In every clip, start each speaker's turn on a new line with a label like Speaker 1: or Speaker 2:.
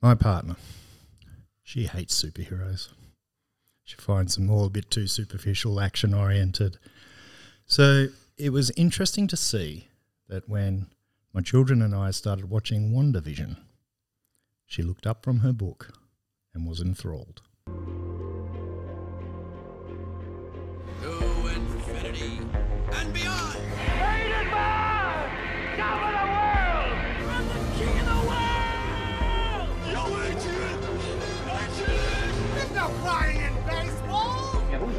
Speaker 1: My partner, she hates superheroes. She finds them all a bit too superficial, action oriented. So it was interesting to see that when my children and I started watching WandaVision, she looked up from her book and was enthralled.
Speaker 2: to infinity and beyond.
Speaker 3: Rated by Top of the World! I'm the king of the world! Yo, Adrian! Adrian! There's no crying in baseball!
Speaker 4: And who's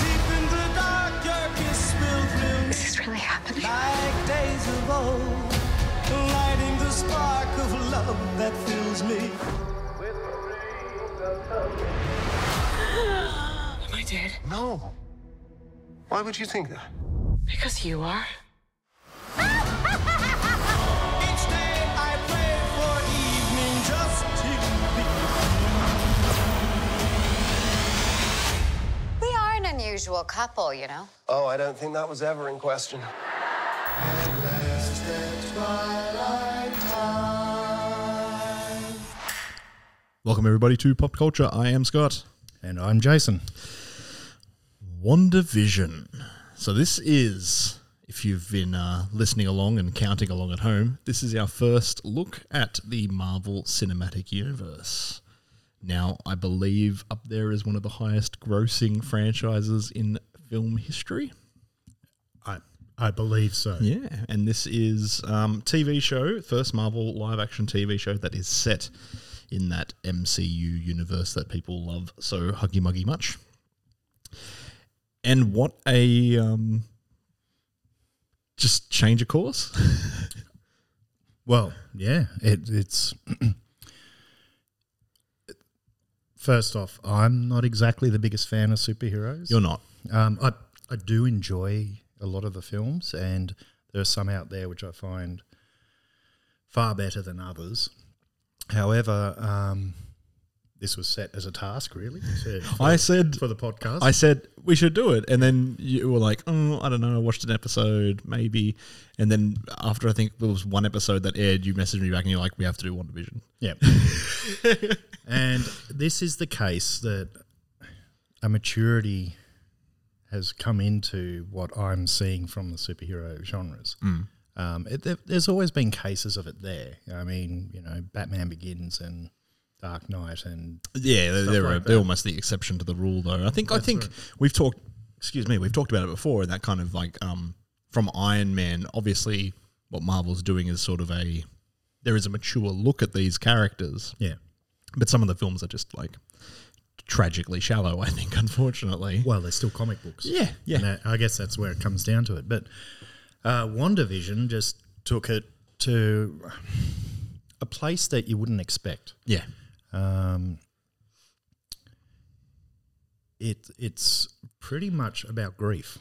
Speaker 3: deep in the dark, your kiss will bloom
Speaker 5: Is this really happening?
Speaker 3: like days of old, lighting the spark of love that fills me.
Speaker 6: Am I dead?
Speaker 7: No. Why would you think that?
Speaker 6: Because you are.
Speaker 3: Each day I pray for evening just to be.
Speaker 5: We are an unusual couple, you know.
Speaker 7: Oh, I don't think that was ever in question.
Speaker 8: Welcome everybody to Pop Culture. I am Scott.
Speaker 1: And I'm Jason.
Speaker 8: WandaVision. So this is, if you've been uh, listening along and counting along at home, this is our first look at the Marvel Cinematic Universe. Now, I believe up there is one of the highest grossing franchises in film history.
Speaker 1: I, I believe so.
Speaker 8: Yeah, and this is um, TV show, first Marvel live action TV show that is set in that MCU universe that people love so huggy muggy much. And what a um, just change of course.
Speaker 1: Well, yeah, it, it's. First off, I'm not exactly the biggest fan of superheroes.
Speaker 8: You're not.
Speaker 1: Um, I I do enjoy a lot of the films, and there are some out there which I find far better than others. However, um, this was set as a task, really. to- for-
Speaker 8: I said
Speaker 1: for the podcast.
Speaker 8: I said we should do it, and then you were like, "Oh, I don't know. I watched an episode, maybe." And then after I think there was one episode that aired, you messaged me back, and you're like, "We have to do WandaVision."
Speaker 1: yeah. and this is the case that a maturity has come into what I'm seeing from the superhero genres.
Speaker 8: Mm.
Speaker 1: Um, it, there, there's always been cases of it there. I mean, you know, Batman Begins and Dark Knight and
Speaker 8: Yeah, they're, they're,
Speaker 1: like
Speaker 8: they're almost the exception to the rule, though. I think I think we've talked. Excuse me, we've talked about it before. That kind of like um, from Iron Man. Obviously, what Marvel's doing is sort of a there is a mature look at these characters,
Speaker 1: Yeah.
Speaker 8: but some of the films are just like tragically shallow. I think, unfortunately. uh,
Speaker 1: Well, they're still comic books.
Speaker 8: Yeah, yeah.
Speaker 1: And that- I guess that's where it comes down to it. But uh, WandaVision just took it to a place that you wouldn't expect.
Speaker 8: Yeah,
Speaker 1: Um, it it's pretty much about grief.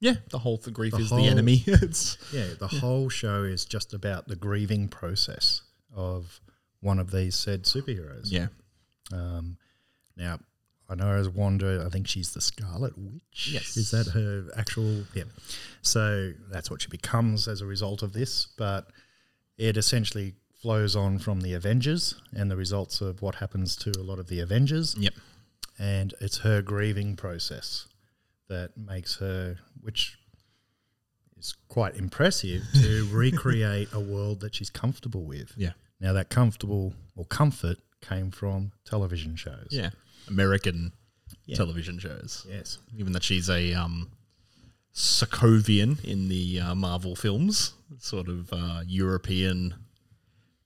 Speaker 8: yeah. The whole th- grief
Speaker 1: The
Speaker 8: is
Speaker 1: whole-
Speaker 8: the enemy. it's
Speaker 1: Yeah, the whole show is just about the grieving process of one of these said superheroes.
Speaker 8: yeah,
Speaker 1: Now, I know as Wanda, I think she's the Scarlet Witch.
Speaker 8: Yes.
Speaker 1: Is that her actual? Yeah. So that's what she becomes as a result of this, but it essentially flows on from the Avengers and the results of what happens to a lot of the Avengers.
Speaker 8: Yep.
Speaker 1: And it's her grieving process that makes her, which is quite impressive, to recreate a world that she's comfortable with.
Speaker 8: Yeah.
Speaker 1: Now, that comfortable or comfort came from television shows.
Speaker 8: Yeah. American
Speaker 1: Yeah.
Speaker 8: television shows.
Speaker 1: Yes.
Speaker 8: Even that she's a um, Sokovian in the uh, Marvel films, sort of uh, European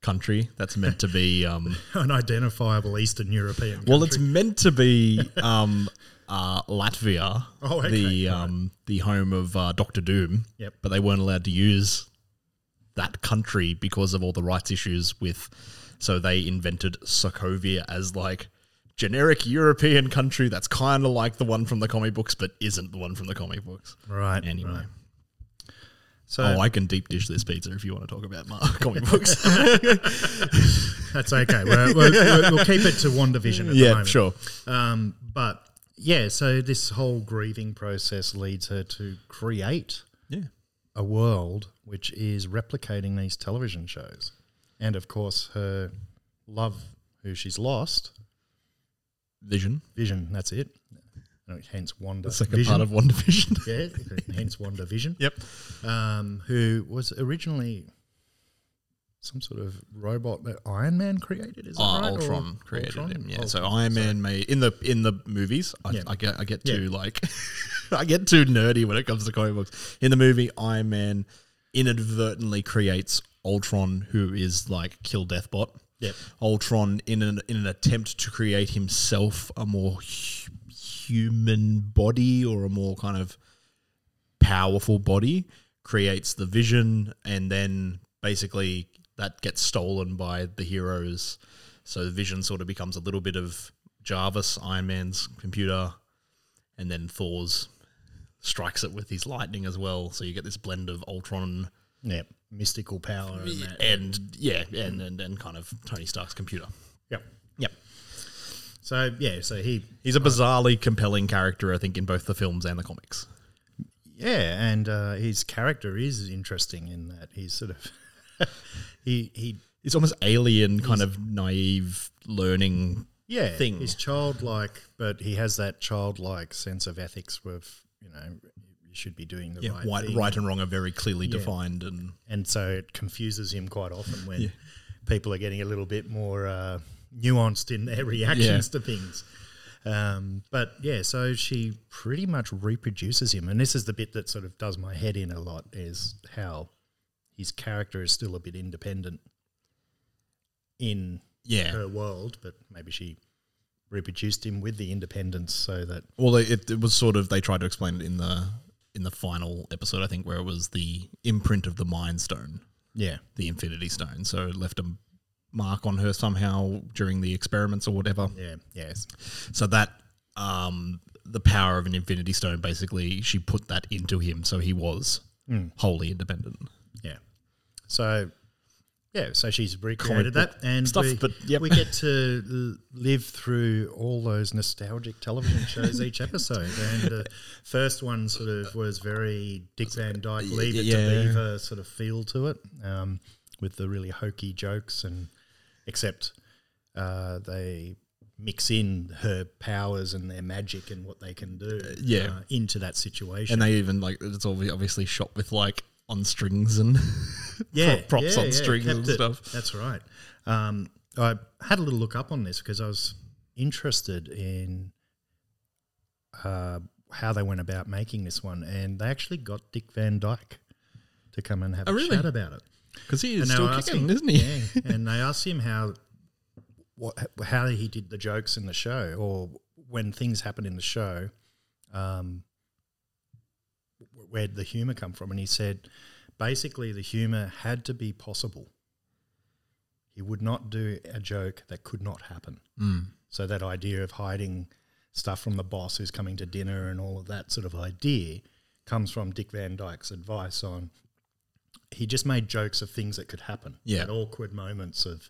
Speaker 8: country that's meant to be. Um,
Speaker 1: An identifiable Eastern European.
Speaker 8: well, it's
Speaker 1: country.
Speaker 8: meant to be um, uh, Latvia,
Speaker 1: Oh, okay,
Speaker 8: the
Speaker 1: right.
Speaker 8: um, the home of uh, Doctor Doom.
Speaker 1: Yep.
Speaker 8: But they weren't allowed to use that country because of all the rights issues with. So they invented Sokovia as like generic European country that's kind of like the one from the comic books, but isn't the one from the comic books.
Speaker 1: Right.
Speaker 8: Anyway.
Speaker 1: right. So
Speaker 8: oh, I can deep dish this pizza if you want to talk about Mar- comic books.
Speaker 1: That's okay. We're, we're, we're, we'll keep it to WandaVision at the
Speaker 8: yeah,
Speaker 1: moment.
Speaker 8: sure.
Speaker 1: Um, but yeah, so this whole grieving process leads her to create
Speaker 8: Yeah.
Speaker 1: a world which is replicating these television shows. And of course, her love, who she's lost,
Speaker 8: Vision.
Speaker 1: Vision, that's it. No, Hence Wanda.
Speaker 8: The second
Speaker 1: Vision.
Speaker 8: part of One Division.
Speaker 1: Yeah, hence Wanda Vision.
Speaker 8: yep.
Speaker 1: Um, who was originally some sort of robot that Iron Man created, is that
Speaker 8: Uh,
Speaker 1: right? Or
Speaker 8: Ultron created
Speaker 1: Ultron?
Speaker 8: him. Yeah. so
Speaker 1: Ultron,
Speaker 8: Iron
Speaker 1: sorry.
Speaker 8: Man made in the in the movies. I,
Speaker 1: Yeah.
Speaker 8: I get I get
Speaker 1: Yeah.
Speaker 8: too like I get too nerdy when it comes to comic books. In the movie, Iron Man inadvertently creates Ultron, who is like kill Deathbot.
Speaker 1: Yep.
Speaker 8: Ultron in an in an attempt to create himself a more hu- human body or a more kind of powerful body creates the vision and then basically that gets stolen by the heroes so the vision sort of becomes a little bit of jarvis iron man's computer and then thor's strikes it with his lightning as well so you get this blend of ultron
Speaker 1: Yeah, mystical power. And that.
Speaker 8: and yeah and and, and kind of tony stark's computer
Speaker 1: Yep.
Speaker 8: yep
Speaker 1: So yeah, so he
Speaker 8: he's a bizarrely compelling character i think in both the films and the comics
Speaker 1: yeah, and uh, his character is interesting in that he's sort of he he
Speaker 8: it's almost alien kind of naive learning
Speaker 1: yeah
Speaker 8: Thing.
Speaker 1: He's childlike, but he has that childlike sense of ethics with you know you should be doing the
Speaker 8: yeah,
Speaker 1: right
Speaker 8: right,
Speaker 1: thing.
Speaker 8: right and wrong are very clearly defined and
Speaker 1: and so it confuses him quite often when people are getting a little bit more uh, nuanced in their reactions to things. Um, but yeah, so she pretty much reproduces him, and this is the bit that sort of does my head in a lot is how his character is still a bit independent in
Speaker 8: yeah.
Speaker 1: her world, but maybe she reproduced him with the independence so that
Speaker 8: Well, they- it, it was sort of they tried to explain it in the in the final episode, I think, where it was the imprint of the Mind Stone,
Speaker 1: yeah,
Speaker 8: the Infinity Stone. So it left a mark on her somehow during the experiments or whatever.
Speaker 1: yeah, yes,
Speaker 8: So that um, the power of an Infinity Stone, basically, she put that into him, so he was wholly independent.
Speaker 1: Yeah. So, yeah, so she's
Speaker 8: Comic
Speaker 1: recreated
Speaker 8: book
Speaker 1: that, and
Speaker 8: stuff,
Speaker 1: we,
Speaker 8: but yep.
Speaker 1: we get to l- live through all those nostalgic television shows each episode. And the first one sort of was very Dick Van Dyke, Leave It
Speaker 8: yeah.
Speaker 1: to Beaver sort of feel to it, um, with the really hokey jokes, and except uh, they mix in her powers and their magic and what they can do
Speaker 8: yeah.
Speaker 1: uh, into that situation.
Speaker 8: And they even like it's obvi- obviously shot with like on strings and pro- props on strings
Speaker 1: kept
Speaker 8: and
Speaker 1: it.
Speaker 8: stuff.
Speaker 1: That's right. Um, I had a little look up on this because I was interested in uh, how they went about making this one, and they actually got Dick Van Dyke to come and have
Speaker 8: Oh,
Speaker 1: a
Speaker 8: really?
Speaker 1: chat about it.
Speaker 8: because he is
Speaker 1: they
Speaker 8: still
Speaker 1: were
Speaker 8: kicking,
Speaker 1: asking-
Speaker 8: isn't he?
Speaker 1: Yeah, and they asked him how what how he did the jokes in the show, or when things happen in the show, um, where would the humor come from? And he said, basically, the humor had to be possible. He would not do a joke that could not happen.
Speaker 8: Mm.
Speaker 1: So that idea of hiding stuff from the boss who's coming to dinner and all of that sort of idea comes from Dick Van Dyke's advice on he just made jokes of things that could happen
Speaker 8: Yeah.
Speaker 1: at awkward moments of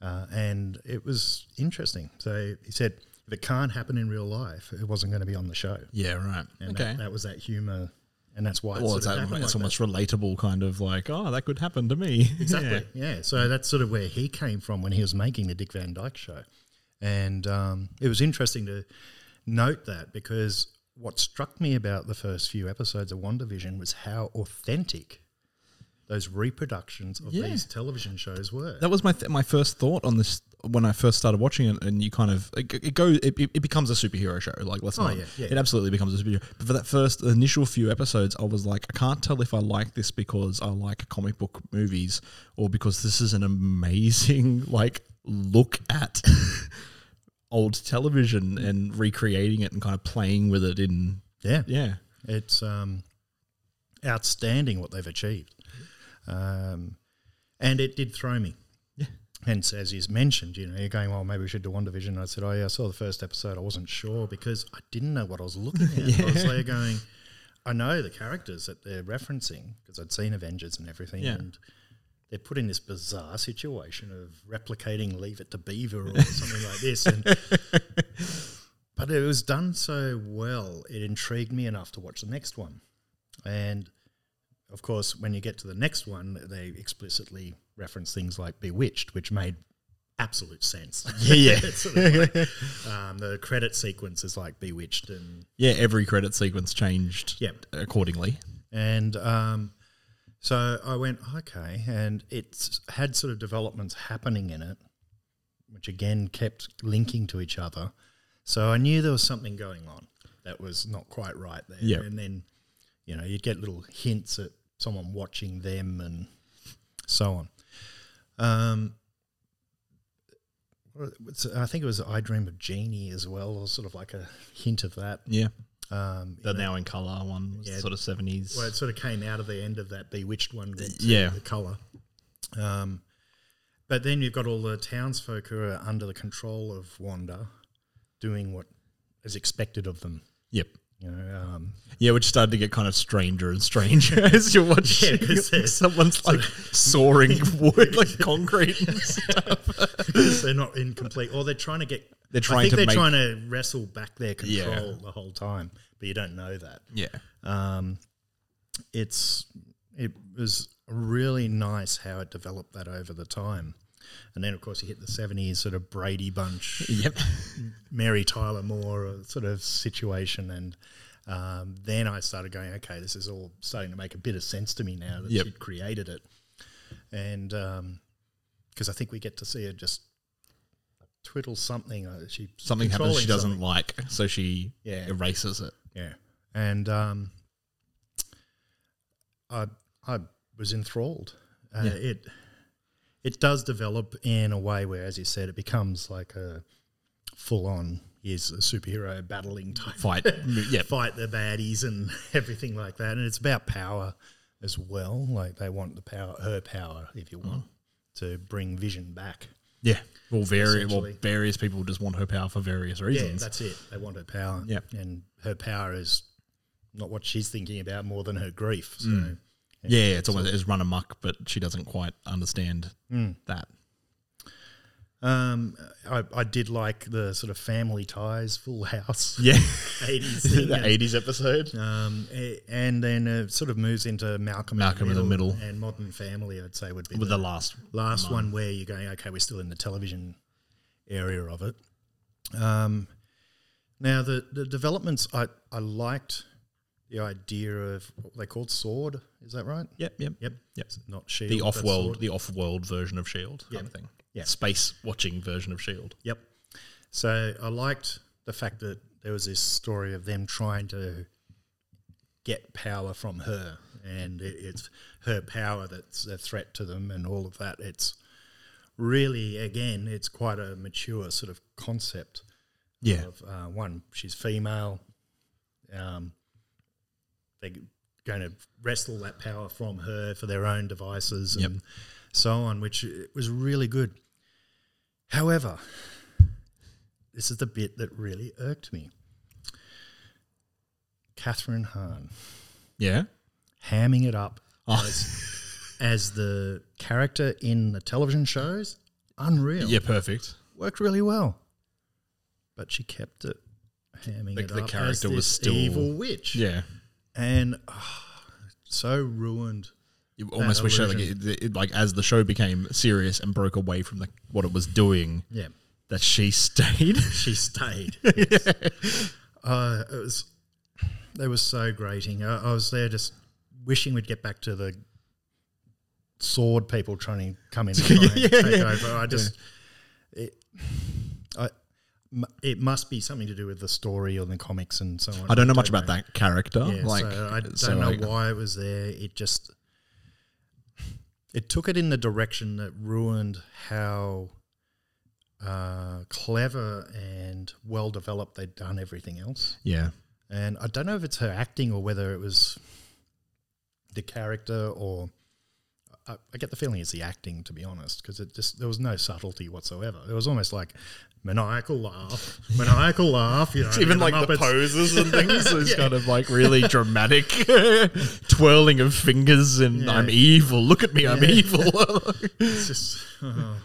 Speaker 1: uh, and it was interesting so he said if it can't happen in real life it wasn't going to be on the show
Speaker 8: Yeah, right.
Speaker 1: and
Speaker 8: okay.
Speaker 1: that, that was that humor and that's why.
Speaker 8: well,
Speaker 1: sort
Speaker 8: it's,
Speaker 1: of
Speaker 8: that-
Speaker 1: happened
Speaker 8: it's
Speaker 1: like
Speaker 8: almost relatable, kind of like, oh, that could happen to me.
Speaker 1: Exactly. Yeah. So that's sort of where he came from when he was making the Dick Van Dyke Show, and um, it was interesting to note that because what struck me about the first few episodes of WandaVision was how authentic those reproductions of
Speaker 8: Yeah.
Speaker 1: these television shows were.
Speaker 8: That was my th- my first thought on this when I first started watching it, and you kind of it, it goes it, it becomes a superhero show. Like let's
Speaker 1: Oh,
Speaker 8: not,
Speaker 1: yeah, yeah,
Speaker 8: it
Speaker 1: yeah.
Speaker 8: absolutely becomes a superhero. But for that first initial few episodes, I was like, I can't tell if I like this because I like comic book movies or because this is an amazing like look at old television and recreating it and kind of playing with it in
Speaker 1: yeah.
Speaker 8: yeah.
Speaker 1: It's um, outstanding what they've achieved. Um, and it did throw me.
Speaker 8: Yeah.
Speaker 1: Hence, as is mentioned, you know, you're going, well, maybe we should do WandaVision. And I said, oh, yeah, I saw the first episode. I wasn't sure because I didn't know what I was looking at. I was
Speaker 8: Yeah.
Speaker 1: there going, I know the characters that they're referencing because I'd seen Avengers and everything.
Speaker 8: Yeah.
Speaker 1: And they're put in this bizarre situation of replicating Leave It to Beaver or something like this. And, but it was done so well, it intrigued me enough to watch the next one. And of course, when you get to the next one, they explicitly reference things like Bewitched, which made absolute sense.
Speaker 8: Yeah, yeah.
Speaker 1: It's sort of like, um, the credit sequence is like Bewitched and
Speaker 8: Yeah, every credit sequence changed
Speaker 1: Yep.
Speaker 8: accordingly.
Speaker 1: and um, so I went, okay. And it's had sort of developments happening in it, which again kept linking to each other. So I knew there was something going on that was not quite right there.
Speaker 8: Yep.
Speaker 1: And then, you know, you'd get little hints at someone watching them and so on. Um, what- what's- I think it was I Dream of Genie as well, or sort of like a hint of that.
Speaker 8: Yeah.
Speaker 1: Um,
Speaker 8: The
Speaker 1: in it.
Speaker 8: now in color one was
Speaker 1: Yeah.
Speaker 8: sort of seventies.
Speaker 1: Well, it sort of came out of the end of that Bewitched one with uh,
Speaker 8: Yeah.
Speaker 1: the colour. Um, but then you've got all the townsfolk who are under the control of Wanda doing what is expected of them.
Speaker 8: Yep.
Speaker 1: You know, um,
Speaker 8: Yeah, which started to get kind of stranger and stranger as you watch.
Speaker 1: Yeah, 'cause they're-
Speaker 8: someone's like soaring wood, like concrete. And stuff.
Speaker 1: they're not incomplete, or they're trying to get.
Speaker 8: They're
Speaker 1: I
Speaker 8: trying
Speaker 1: think
Speaker 8: to
Speaker 1: they're
Speaker 8: make-
Speaker 1: trying to wrestle back their control
Speaker 8: Yeah.
Speaker 1: the whole time, but you don't know that.
Speaker 8: yeah,
Speaker 1: Um, it's it was really nice how it developed that over the time, and then of course you hit the seventies sort of Brady Bunch,
Speaker 8: yep.
Speaker 1: Mary Tyler Moore uh, sort of situation, and um, then I started going, okay, this is all starting to make a bit of sense to me now that
Speaker 8: Yep.
Speaker 1: she'd created it, and because I think we get to see her just twiddle something, uh, she
Speaker 8: Something happens
Speaker 1: controlling
Speaker 8: she doesn't
Speaker 1: something.
Speaker 8: like, so she
Speaker 1: Yeah.
Speaker 8: erases it.
Speaker 1: Yeah, and um, I I was enthralled. Uh,
Speaker 8: Yeah.
Speaker 1: It it does develop in a way where, as you said, it becomes like a full on is a superhero battling type
Speaker 8: Fight, yeah.
Speaker 1: fight the baddies and everything like that. And it's about power as well. Like they want the power, her power, if you want,
Speaker 8: Mm-hmm.
Speaker 1: to bring Vision back.
Speaker 8: Yeah, well, very well,
Speaker 1: Essentially.
Speaker 8: various people just want her power for various
Speaker 1: Yeah,
Speaker 8: reasons.
Speaker 1: that's it. They want her power.
Speaker 8: Yeah.
Speaker 1: And her power is not what she's thinking about more than her grief. So
Speaker 8: Mm. yeah, it's almost it's run amok, but she doesn't quite understand that.
Speaker 1: um, I, I did like the sort of family ties, full house.
Speaker 8: Yeah,
Speaker 1: 80s thing
Speaker 8: the
Speaker 1: and-
Speaker 8: eighties episode.
Speaker 1: Um, a- and then it sort of moves into Malcolm,
Speaker 8: Malcolm in the Middle.
Speaker 1: and Modern Family. I'd say would be
Speaker 8: With the last
Speaker 1: last
Speaker 8: one.
Speaker 1: one where you're going, okay, we're still in the television area of it. Um, now the the developments, I I liked the idea of what they called Sword. Is that right?
Speaker 8: Yep, yep,
Speaker 1: Yep.
Speaker 8: yep.
Speaker 1: It's not Shield.
Speaker 8: The
Speaker 1: but
Speaker 8: off-world,
Speaker 1: Sword.
Speaker 8: the off-world version of Shield E kind of thing.
Speaker 1: Yeah.
Speaker 8: space watching version of Shield.
Speaker 1: Yep. So I liked the fact that there was this story of them trying to get power from her, and it, it's her power that's a threat to them, and all of that. It's really, again, it's quite a mature sort of concept.
Speaker 8: Yeah,
Speaker 1: Of uh, one, she's female. Um, they're going to wrestle that power from her for their own devices
Speaker 8: Yep.
Speaker 1: and so on, which it was really good. However, this is the bit that really irked me. Catherine Hahn
Speaker 8: yeah.
Speaker 1: hamming it up
Speaker 8: Oh.
Speaker 1: as, as the character in the television shows, unreal.
Speaker 8: Yeah, perfect.
Speaker 1: Worked really well. But she kept it hamming
Speaker 8: The-
Speaker 1: it
Speaker 8: the
Speaker 1: up. as
Speaker 8: character was
Speaker 1: this
Speaker 8: still-
Speaker 1: evil witch.
Speaker 8: Yeah.
Speaker 1: and oh, so ruined.
Speaker 8: You almost wish that, like, it, it, like as the show became serious and broke away from the, what it was doing.
Speaker 1: Yeah.
Speaker 8: that she stayed.
Speaker 1: she stayed.
Speaker 8: yes.
Speaker 1: uh, it was they were so grating. I, I was there just wishing we'd get back to the sword people trying to come in and try and
Speaker 8: Yeah,
Speaker 1: take
Speaker 8: yeah.
Speaker 1: over. I just it, I, m- it must be something to do with the story or the comics and so on.
Speaker 8: I don't know much about that character.
Speaker 1: Yeah,
Speaker 8: like,
Speaker 1: so I don't
Speaker 8: so,
Speaker 1: know
Speaker 8: like,
Speaker 1: why it was there. It just it took it in the direction that ruined how uh, clever and well developed they'd done everything else.
Speaker 8: Yeah,
Speaker 1: And I don't know if it's her acting or whether it was the character or I, I get the feeling it's the acting to be honest because it just there was no subtlety whatsoever. It was almost like maniacal laugh, maniacal laugh. You know,
Speaker 8: even
Speaker 1: the
Speaker 8: like the
Speaker 1: Muppets.
Speaker 8: poses and things is
Speaker 1: Yeah.
Speaker 8: kind of like really dramatic twirling of fingers and
Speaker 1: Yeah.
Speaker 8: I'm evil. Look at me, I'm
Speaker 1: Yeah.
Speaker 8: evil.
Speaker 1: it's just oh.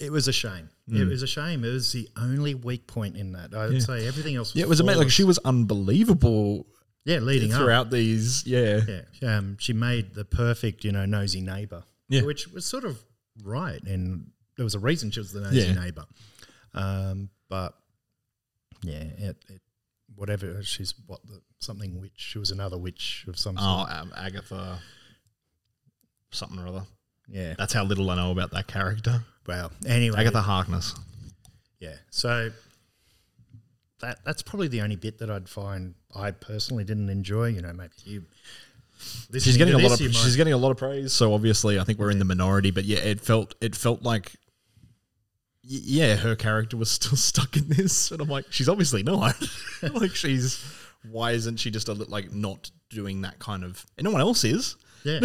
Speaker 1: it was a shame. It
Speaker 8: Mm.
Speaker 1: was a shame. It was the only weak point in that. I would
Speaker 8: Yeah.
Speaker 1: say everything else. Was
Speaker 8: yeah, it was amazing. Like
Speaker 1: flawless.
Speaker 8: she was unbelievable
Speaker 1: yeah leading up.
Speaker 8: throughout these. Yeah,
Speaker 1: Yeah, um, she made the perfect, you know, nosy neighbor.
Speaker 8: Yeah.
Speaker 1: which was sort of right, and there was a reason she was the nosy
Speaker 8: Yeah.
Speaker 1: neighbor. Um, but yeah, it, it whatever she's what the, something witch. She was another witch of some
Speaker 8: Oh,
Speaker 1: sort.
Speaker 8: um, Agatha, something or other.
Speaker 1: Yeah.
Speaker 8: That's how little I know about that character.
Speaker 1: Well, anyway,
Speaker 8: Agatha Harkness.
Speaker 1: Yeah. So that that's probably the only bit that I'd find I personally didn't enjoy. You know, maybe you.
Speaker 8: She's
Speaker 1: listening
Speaker 8: getting
Speaker 1: to
Speaker 8: a lot
Speaker 1: this,
Speaker 8: of
Speaker 1: you
Speaker 8: she's
Speaker 1: might-
Speaker 8: getting a lot of praise. So obviously, I think we're in the minority. But yeah, it felt it felt like. y- Yeah, her character was still stuck in this, and I'm like, she's obviously not. like, she's why isn't she just a lit- like not doing that kind of? And no one else is,
Speaker 1: yeah.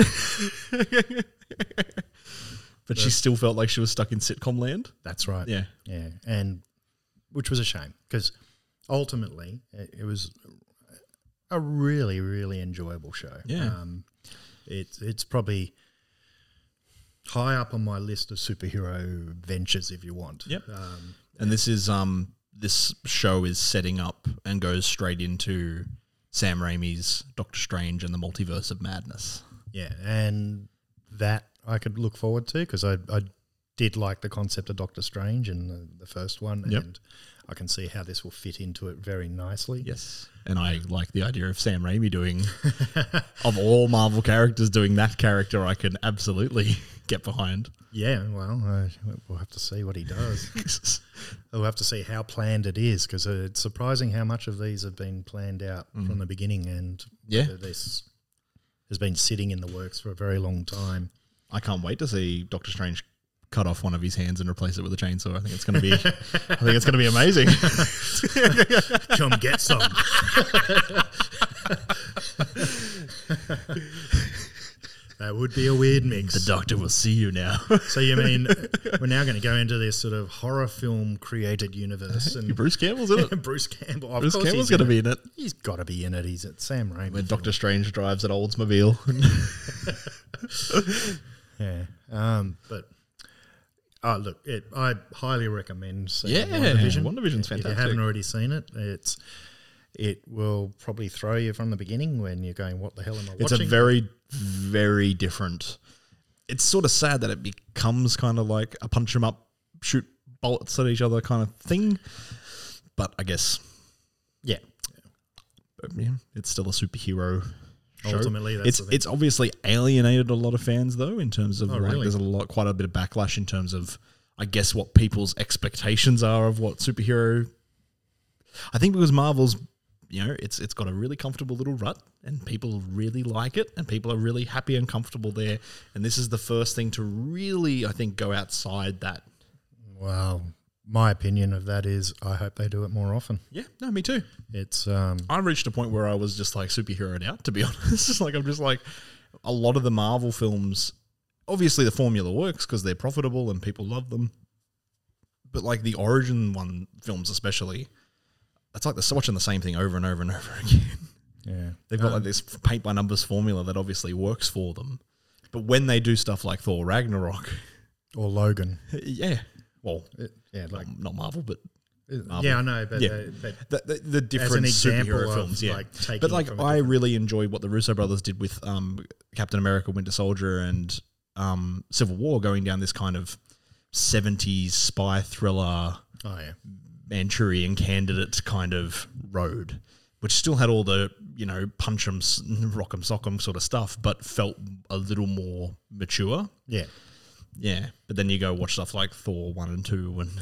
Speaker 8: but she still felt like she was stuck in sitcom land.
Speaker 1: That's right.
Speaker 8: Yeah.
Speaker 1: Yeah. And which was a shame because ultimately it, it was a really, really enjoyable show.
Speaker 8: Yeah.
Speaker 1: Um, it's it's probably high up on my list of superhero ventures, if you want.
Speaker 8: Yep.
Speaker 1: Um,
Speaker 8: And this is um this show is setting up and goes straight into Sam Raimi's Doctor Strange and the Multiverse of Madness.
Speaker 1: yeah. And that I could look forward to because I, I did like the concept of Doctor Strange and the, the first one.
Speaker 8: Yep.
Speaker 1: And I can see how this will fit into it very nicely.
Speaker 8: Yes. And I like the idea of Sam Raimi doing, of all Marvel characters, doing that character I can absolutely get behind.
Speaker 1: Yeah, well, uh, we'll have to see what he does. we'll have to see how planned it is because it's surprising how much of these have been planned out from the beginning and
Speaker 8: Mm-hmm. Yeah.
Speaker 1: whether this has been sitting in the works for a very long time.
Speaker 8: I can't wait to see Doctor Strange cut off one of his hands and replace it with a chainsaw. I think it's going to be, I think it's going to be amazing.
Speaker 1: Come get some. that would be a weird mix.
Speaker 8: the Doctor will see you now.
Speaker 1: so you mean we're now going to go into this sort of horror film created universe and
Speaker 8: Bruce Campbell's in it.
Speaker 1: Bruce Campbell. Of
Speaker 8: Bruce
Speaker 1: course
Speaker 8: Campbell's
Speaker 1: he's
Speaker 8: going to
Speaker 1: in it.
Speaker 8: be in it.
Speaker 1: He's got to be in it. He's at Sam Raimi.
Speaker 8: When Doctor Strange drives an Oldsmobile.
Speaker 1: Yeah. Um, but oh, look, it, I highly recommend. seeing
Speaker 8: Yeah,
Speaker 1: WandaVision.
Speaker 8: WandaVision's
Speaker 1: If
Speaker 8: fantastic.
Speaker 1: you haven't already seen it, it's it will probably throw you from the beginning when you're going, "What the hell am I
Speaker 8: it's
Speaker 1: watching?"
Speaker 8: a very, very different. It's sort of sad that it becomes kind of like a punch 'em up, shoot bullets at each other kind of thing. But I guess
Speaker 1: yeah.
Speaker 8: yeah, it's still a superhero. Show.
Speaker 1: Ultimately, that's
Speaker 8: it's
Speaker 1: the thing.
Speaker 8: it's obviously alienated a lot of fans though in terms of
Speaker 1: Oh,
Speaker 8: like
Speaker 1: really?
Speaker 8: there's a lot quite a bit of backlash in terms of I guess what people's expectations are of what superhero. I think because Marvel's you know it's it's got a really comfortable little rut and people really like it and people are really happy and comfortable there and this is the first thing to really I think go outside that.
Speaker 1: Well, my opinion of that is, I hope they do it more often.
Speaker 8: Yeah, no, me too.
Speaker 1: It's um,
Speaker 8: I reached a point where I was just like superheroed out, to be honest. Just like I'm just like a lot of the Marvel films. Obviously, the formula works because they're profitable and people love them. But like the origin one films, especially, it's like they're watching the same thing over and over and over again.
Speaker 1: yeah,
Speaker 8: They've got like this paint by numbers formula that obviously works for them. But when they do stuff like Thor Ragnarok,
Speaker 1: or Logan.
Speaker 8: yeah, well, um,
Speaker 1: It- yeah, like
Speaker 8: not Marvel, but Marvel.
Speaker 1: Yeah, I know, but, uh, but
Speaker 8: the, the,
Speaker 1: as
Speaker 8: the different
Speaker 1: an example
Speaker 8: superhero
Speaker 1: of,
Speaker 8: films, yeah.
Speaker 1: like, taking
Speaker 8: but
Speaker 1: it
Speaker 8: like,
Speaker 1: from a
Speaker 8: I really enjoy what the Russo brothers did with um, Captain America, Winter Soldier, and um, Civil War, going down this kind of '70s spy thriller,
Speaker 1: Oh, yeah.
Speaker 8: Manchurian Candidate kind of road, which still had all the you know punch 'em, s- rock 'em, sock 'em sort of stuff, but felt a little more mature.
Speaker 1: Yeah.
Speaker 8: Yeah, but then you go watch stuff like Thor one and two, and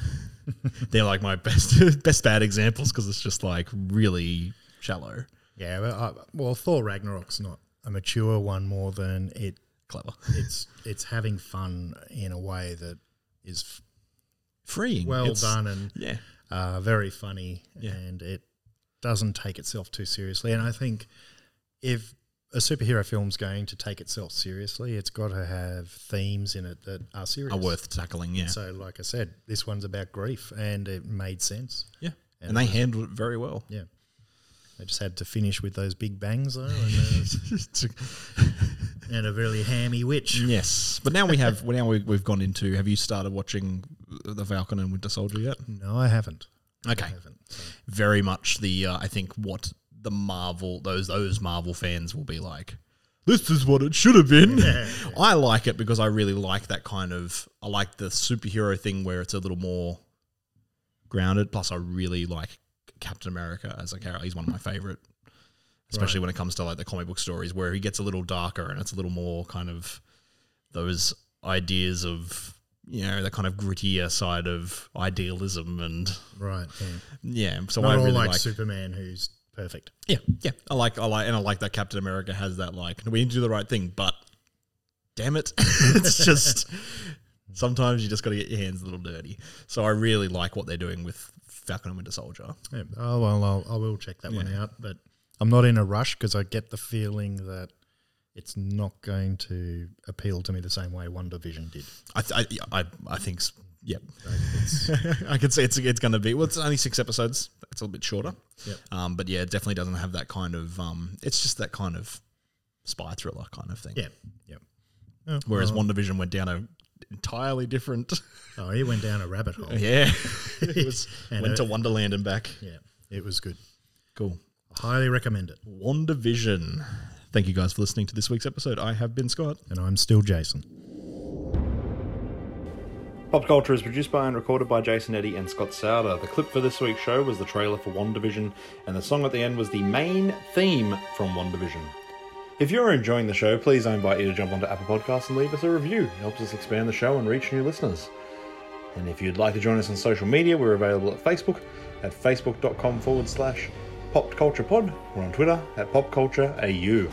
Speaker 8: they're like my best best bad examples because it's just like really shallow.
Speaker 1: Yeah, well, I, well, Thor Ragnarok's not a mature one more than it
Speaker 8: clever.
Speaker 1: It's it's having fun in a way that is f-
Speaker 8: Freeing.
Speaker 1: well
Speaker 8: It's-
Speaker 1: done, and
Speaker 8: yeah,
Speaker 1: uh, very funny,
Speaker 8: Yeah.
Speaker 1: and it doesn't take itself too seriously. And I think if a superhero film's going to take itself seriously, it's got to have themes in it that are serious,
Speaker 8: are worth tackling. Yeah,
Speaker 1: So, like I said, this one's about grief, and it made sense.
Speaker 8: yeah,
Speaker 1: And
Speaker 8: and, they handled it very well.
Speaker 1: Yeah, they just had to finish with those big bangs though, and, uh, and a really hammy witch.
Speaker 8: yes, but now we have. Well, now we, we've gone into. Have you started watching the Falcon and Winter Soldier yet?
Speaker 1: No, I haven't.
Speaker 8: Okay, very much the. Uh, I think what the Marvel those those Marvel fans will be like. This is what it should have been. I like it because I really like that kind of. I like the superhero thing where it's a little more grounded. Plus, I really like Captain America as a character. He's one of my favorite, especially when it comes to like the comic book stories where he gets a little darker and it's a little more kind of those ideas of you know the kind of grittier side of idealism and
Speaker 1: Right. Yeah.
Speaker 8: yeah. So
Speaker 1: Not
Speaker 8: I
Speaker 1: all
Speaker 8: really
Speaker 1: like,
Speaker 8: like
Speaker 1: Superman, who's perfect.
Speaker 8: yeah, yeah. I like, I like, and I like that Captain America has that like we need to do the right thing, but damn it, it's just sometimes you just got to get your hands a little dirty. So I really like what they're doing with Falcon and Winter Soldier.
Speaker 1: Yeah. Oh well, I'll, I will check that one out. But I'm not in a rush because I get the feeling that it's not going to appeal to me the same way One Division did.
Speaker 8: I, th- I, I, I think, s- yep. I can see it's it's going to be. Well, it's only six episodes. It's a little bit shorter.
Speaker 1: Yep.
Speaker 8: Um, but yeah, it definitely doesn't have that kind of. Um, it's just that kind of spy thriller kind of thing.
Speaker 1: Yeah. Yeah. Oh,
Speaker 8: Whereas
Speaker 1: well,
Speaker 8: One Division went down a entirely different.
Speaker 1: oh, he went down a rabbit hole.
Speaker 8: Yeah. it was
Speaker 1: And
Speaker 8: went
Speaker 1: it-
Speaker 8: to Wonderland and back.
Speaker 1: Yeah. It was good.
Speaker 8: Cool.
Speaker 1: Highly recommend it.
Speaker 8: WandaVision. Thank you guys for listening to this week's episode. I have been Scott.
Speaker 1: And I'm still Jason.
Speaker 9: Pop Culture is produced by and recorded by Jason Eddy and Scott Souter. The clip for this week's show was the trailer for WandaVision, and the song at the end was the main theme from WandaVision. If you're enjoying the show, please I invite you to jump onto Apple Podcasts and leave us a review. It helps us expand the show and reach new listeners. And if you'd like to join us on social media, we're available at Facebook at facebook.com forward slash Pop Culture Pod. We're on Twitter at popcultureau.